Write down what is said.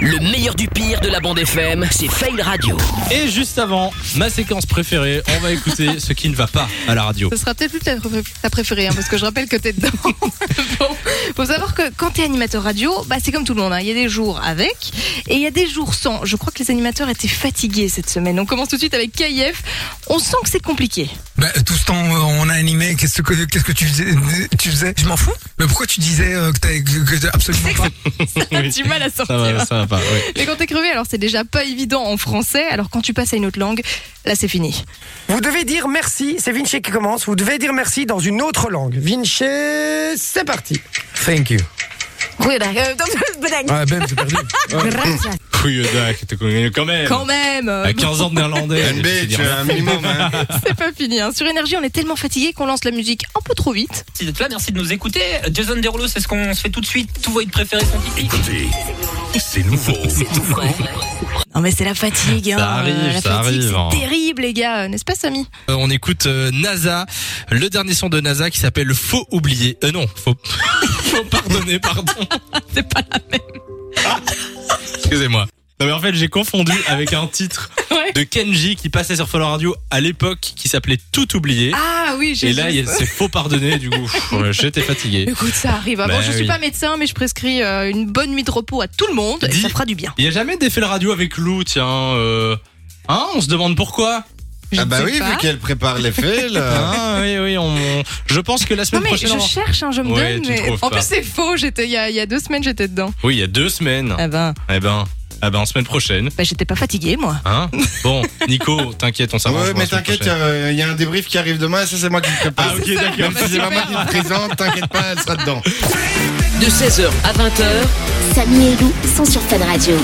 Le meilleur du pire de la bande FM, c'est Fail Radio. Et juste avant, ma séquence préférée, on va écouter ce qui ne va pas à la radio. Ce sera peut-être plus ta, préf- ta préférée, hein, parce que je rappelle que t'es dedans. bon, faut savoir que quand t'es animateur radio, bah, c'est comme tout le monde. hein. Il y a des jours avec et il y a des jours sans. Je crois que les animateurs étaient fatigués cette semaine. On commence tout de suite avec KIF. On sent que c'est compliqué. Bah, tout ce temps, euh, on a animé. Qu'est-ce que, qu'est-ce que tu faisais, tu faisais Je m'en fous. Mais pourquoi tu disais euh, que t'avais que- que t'as absolument pas Ça a du mal à Ça sortir. va, ça va pas. ouais. Mais quand t'es crevé, alors c'est déjà pas évident en français. Alors quand tu passes à une autre langue, là c'est fini. Vous devez dire merci, c'est Vinci qui commence, vous devez dire merci dans une autre langue. Vinci, c'est parti. Thank you. Oui, Ouais, ben, c'est perdu. Couille d'ac, t'es connu quand même. quand même. À 15 ans de néerlandais. elle NB, est tu dire- as un minimum. hein. C'est pas fini. hein. Sur énergie, on est tellement fatigué qu'on lance la musique un peu trop vite. Merci d'être là, merci de nous écouter. Jason Derulo, c'est ce qu'on se fait tout de suite. Tout votre préféré, son petit. Non mais c'est la fatigue. hein. Ça arrive, Euh, la ça fatigue, arrive, hein. C'est terrible les gars, euh, n'est-ce pas Samy Euh, on écoute euh, NASA, le dernier son de NASA qui s'appelle Faut oublier. Euh, non, faut, faut pardonner, pardon. C'est pas la même. Excusez-moi. Non mais en fait j'ai confondu avec un titre Ouais. de Kenji qui passait sur Follow Radio à l'époque qui s'appelait Tout oublier. Ah oui, j'ai. Et là il y a- c'est Faut pardonner du coup. pff, ouais, J'étais fatigué. Écoute, ça arrive. hein. Bah bon, je suis oui. pas médecin, mais je prescris euh, une bonne nuit de repos à tout le monde. Et Dis- ça fera du bien. Il y a jamais d'effet le radio avec Lou, tiens. Euh... Hein, on se demande pourquoi. Je Ah bah ne sais oui, pas. vu qu'elle prépare les faits, là. Ah oui, oui, on... je pense que la Non semaine mais prochaine. je on- cherche, hein, je me Ouais, donne. tu Mais... trouves En pas. plus c'est faux. J'étais il y, a- il y a deux semaines, j'étais dedans. Oui, il y a deux semaines. Ah ben, Eh ben, ah ben, semaine prochaine. bah, j'étais pas fatiguée moi. Hein bon, Nico, t'inquiète, on s'arrange. ouais, pour mais la semaine t'inquiète, il y prochaine. a, euh, il y a un débrief qui arrive demain, ça c'est moi qui le prépare. Ah, ok, d'accord. Bah, Même si c'est maman qui le présente, t'inquiète pas, elle sera dedans. De 16h à 20h, Samy et Lou sont sur Fan Radio.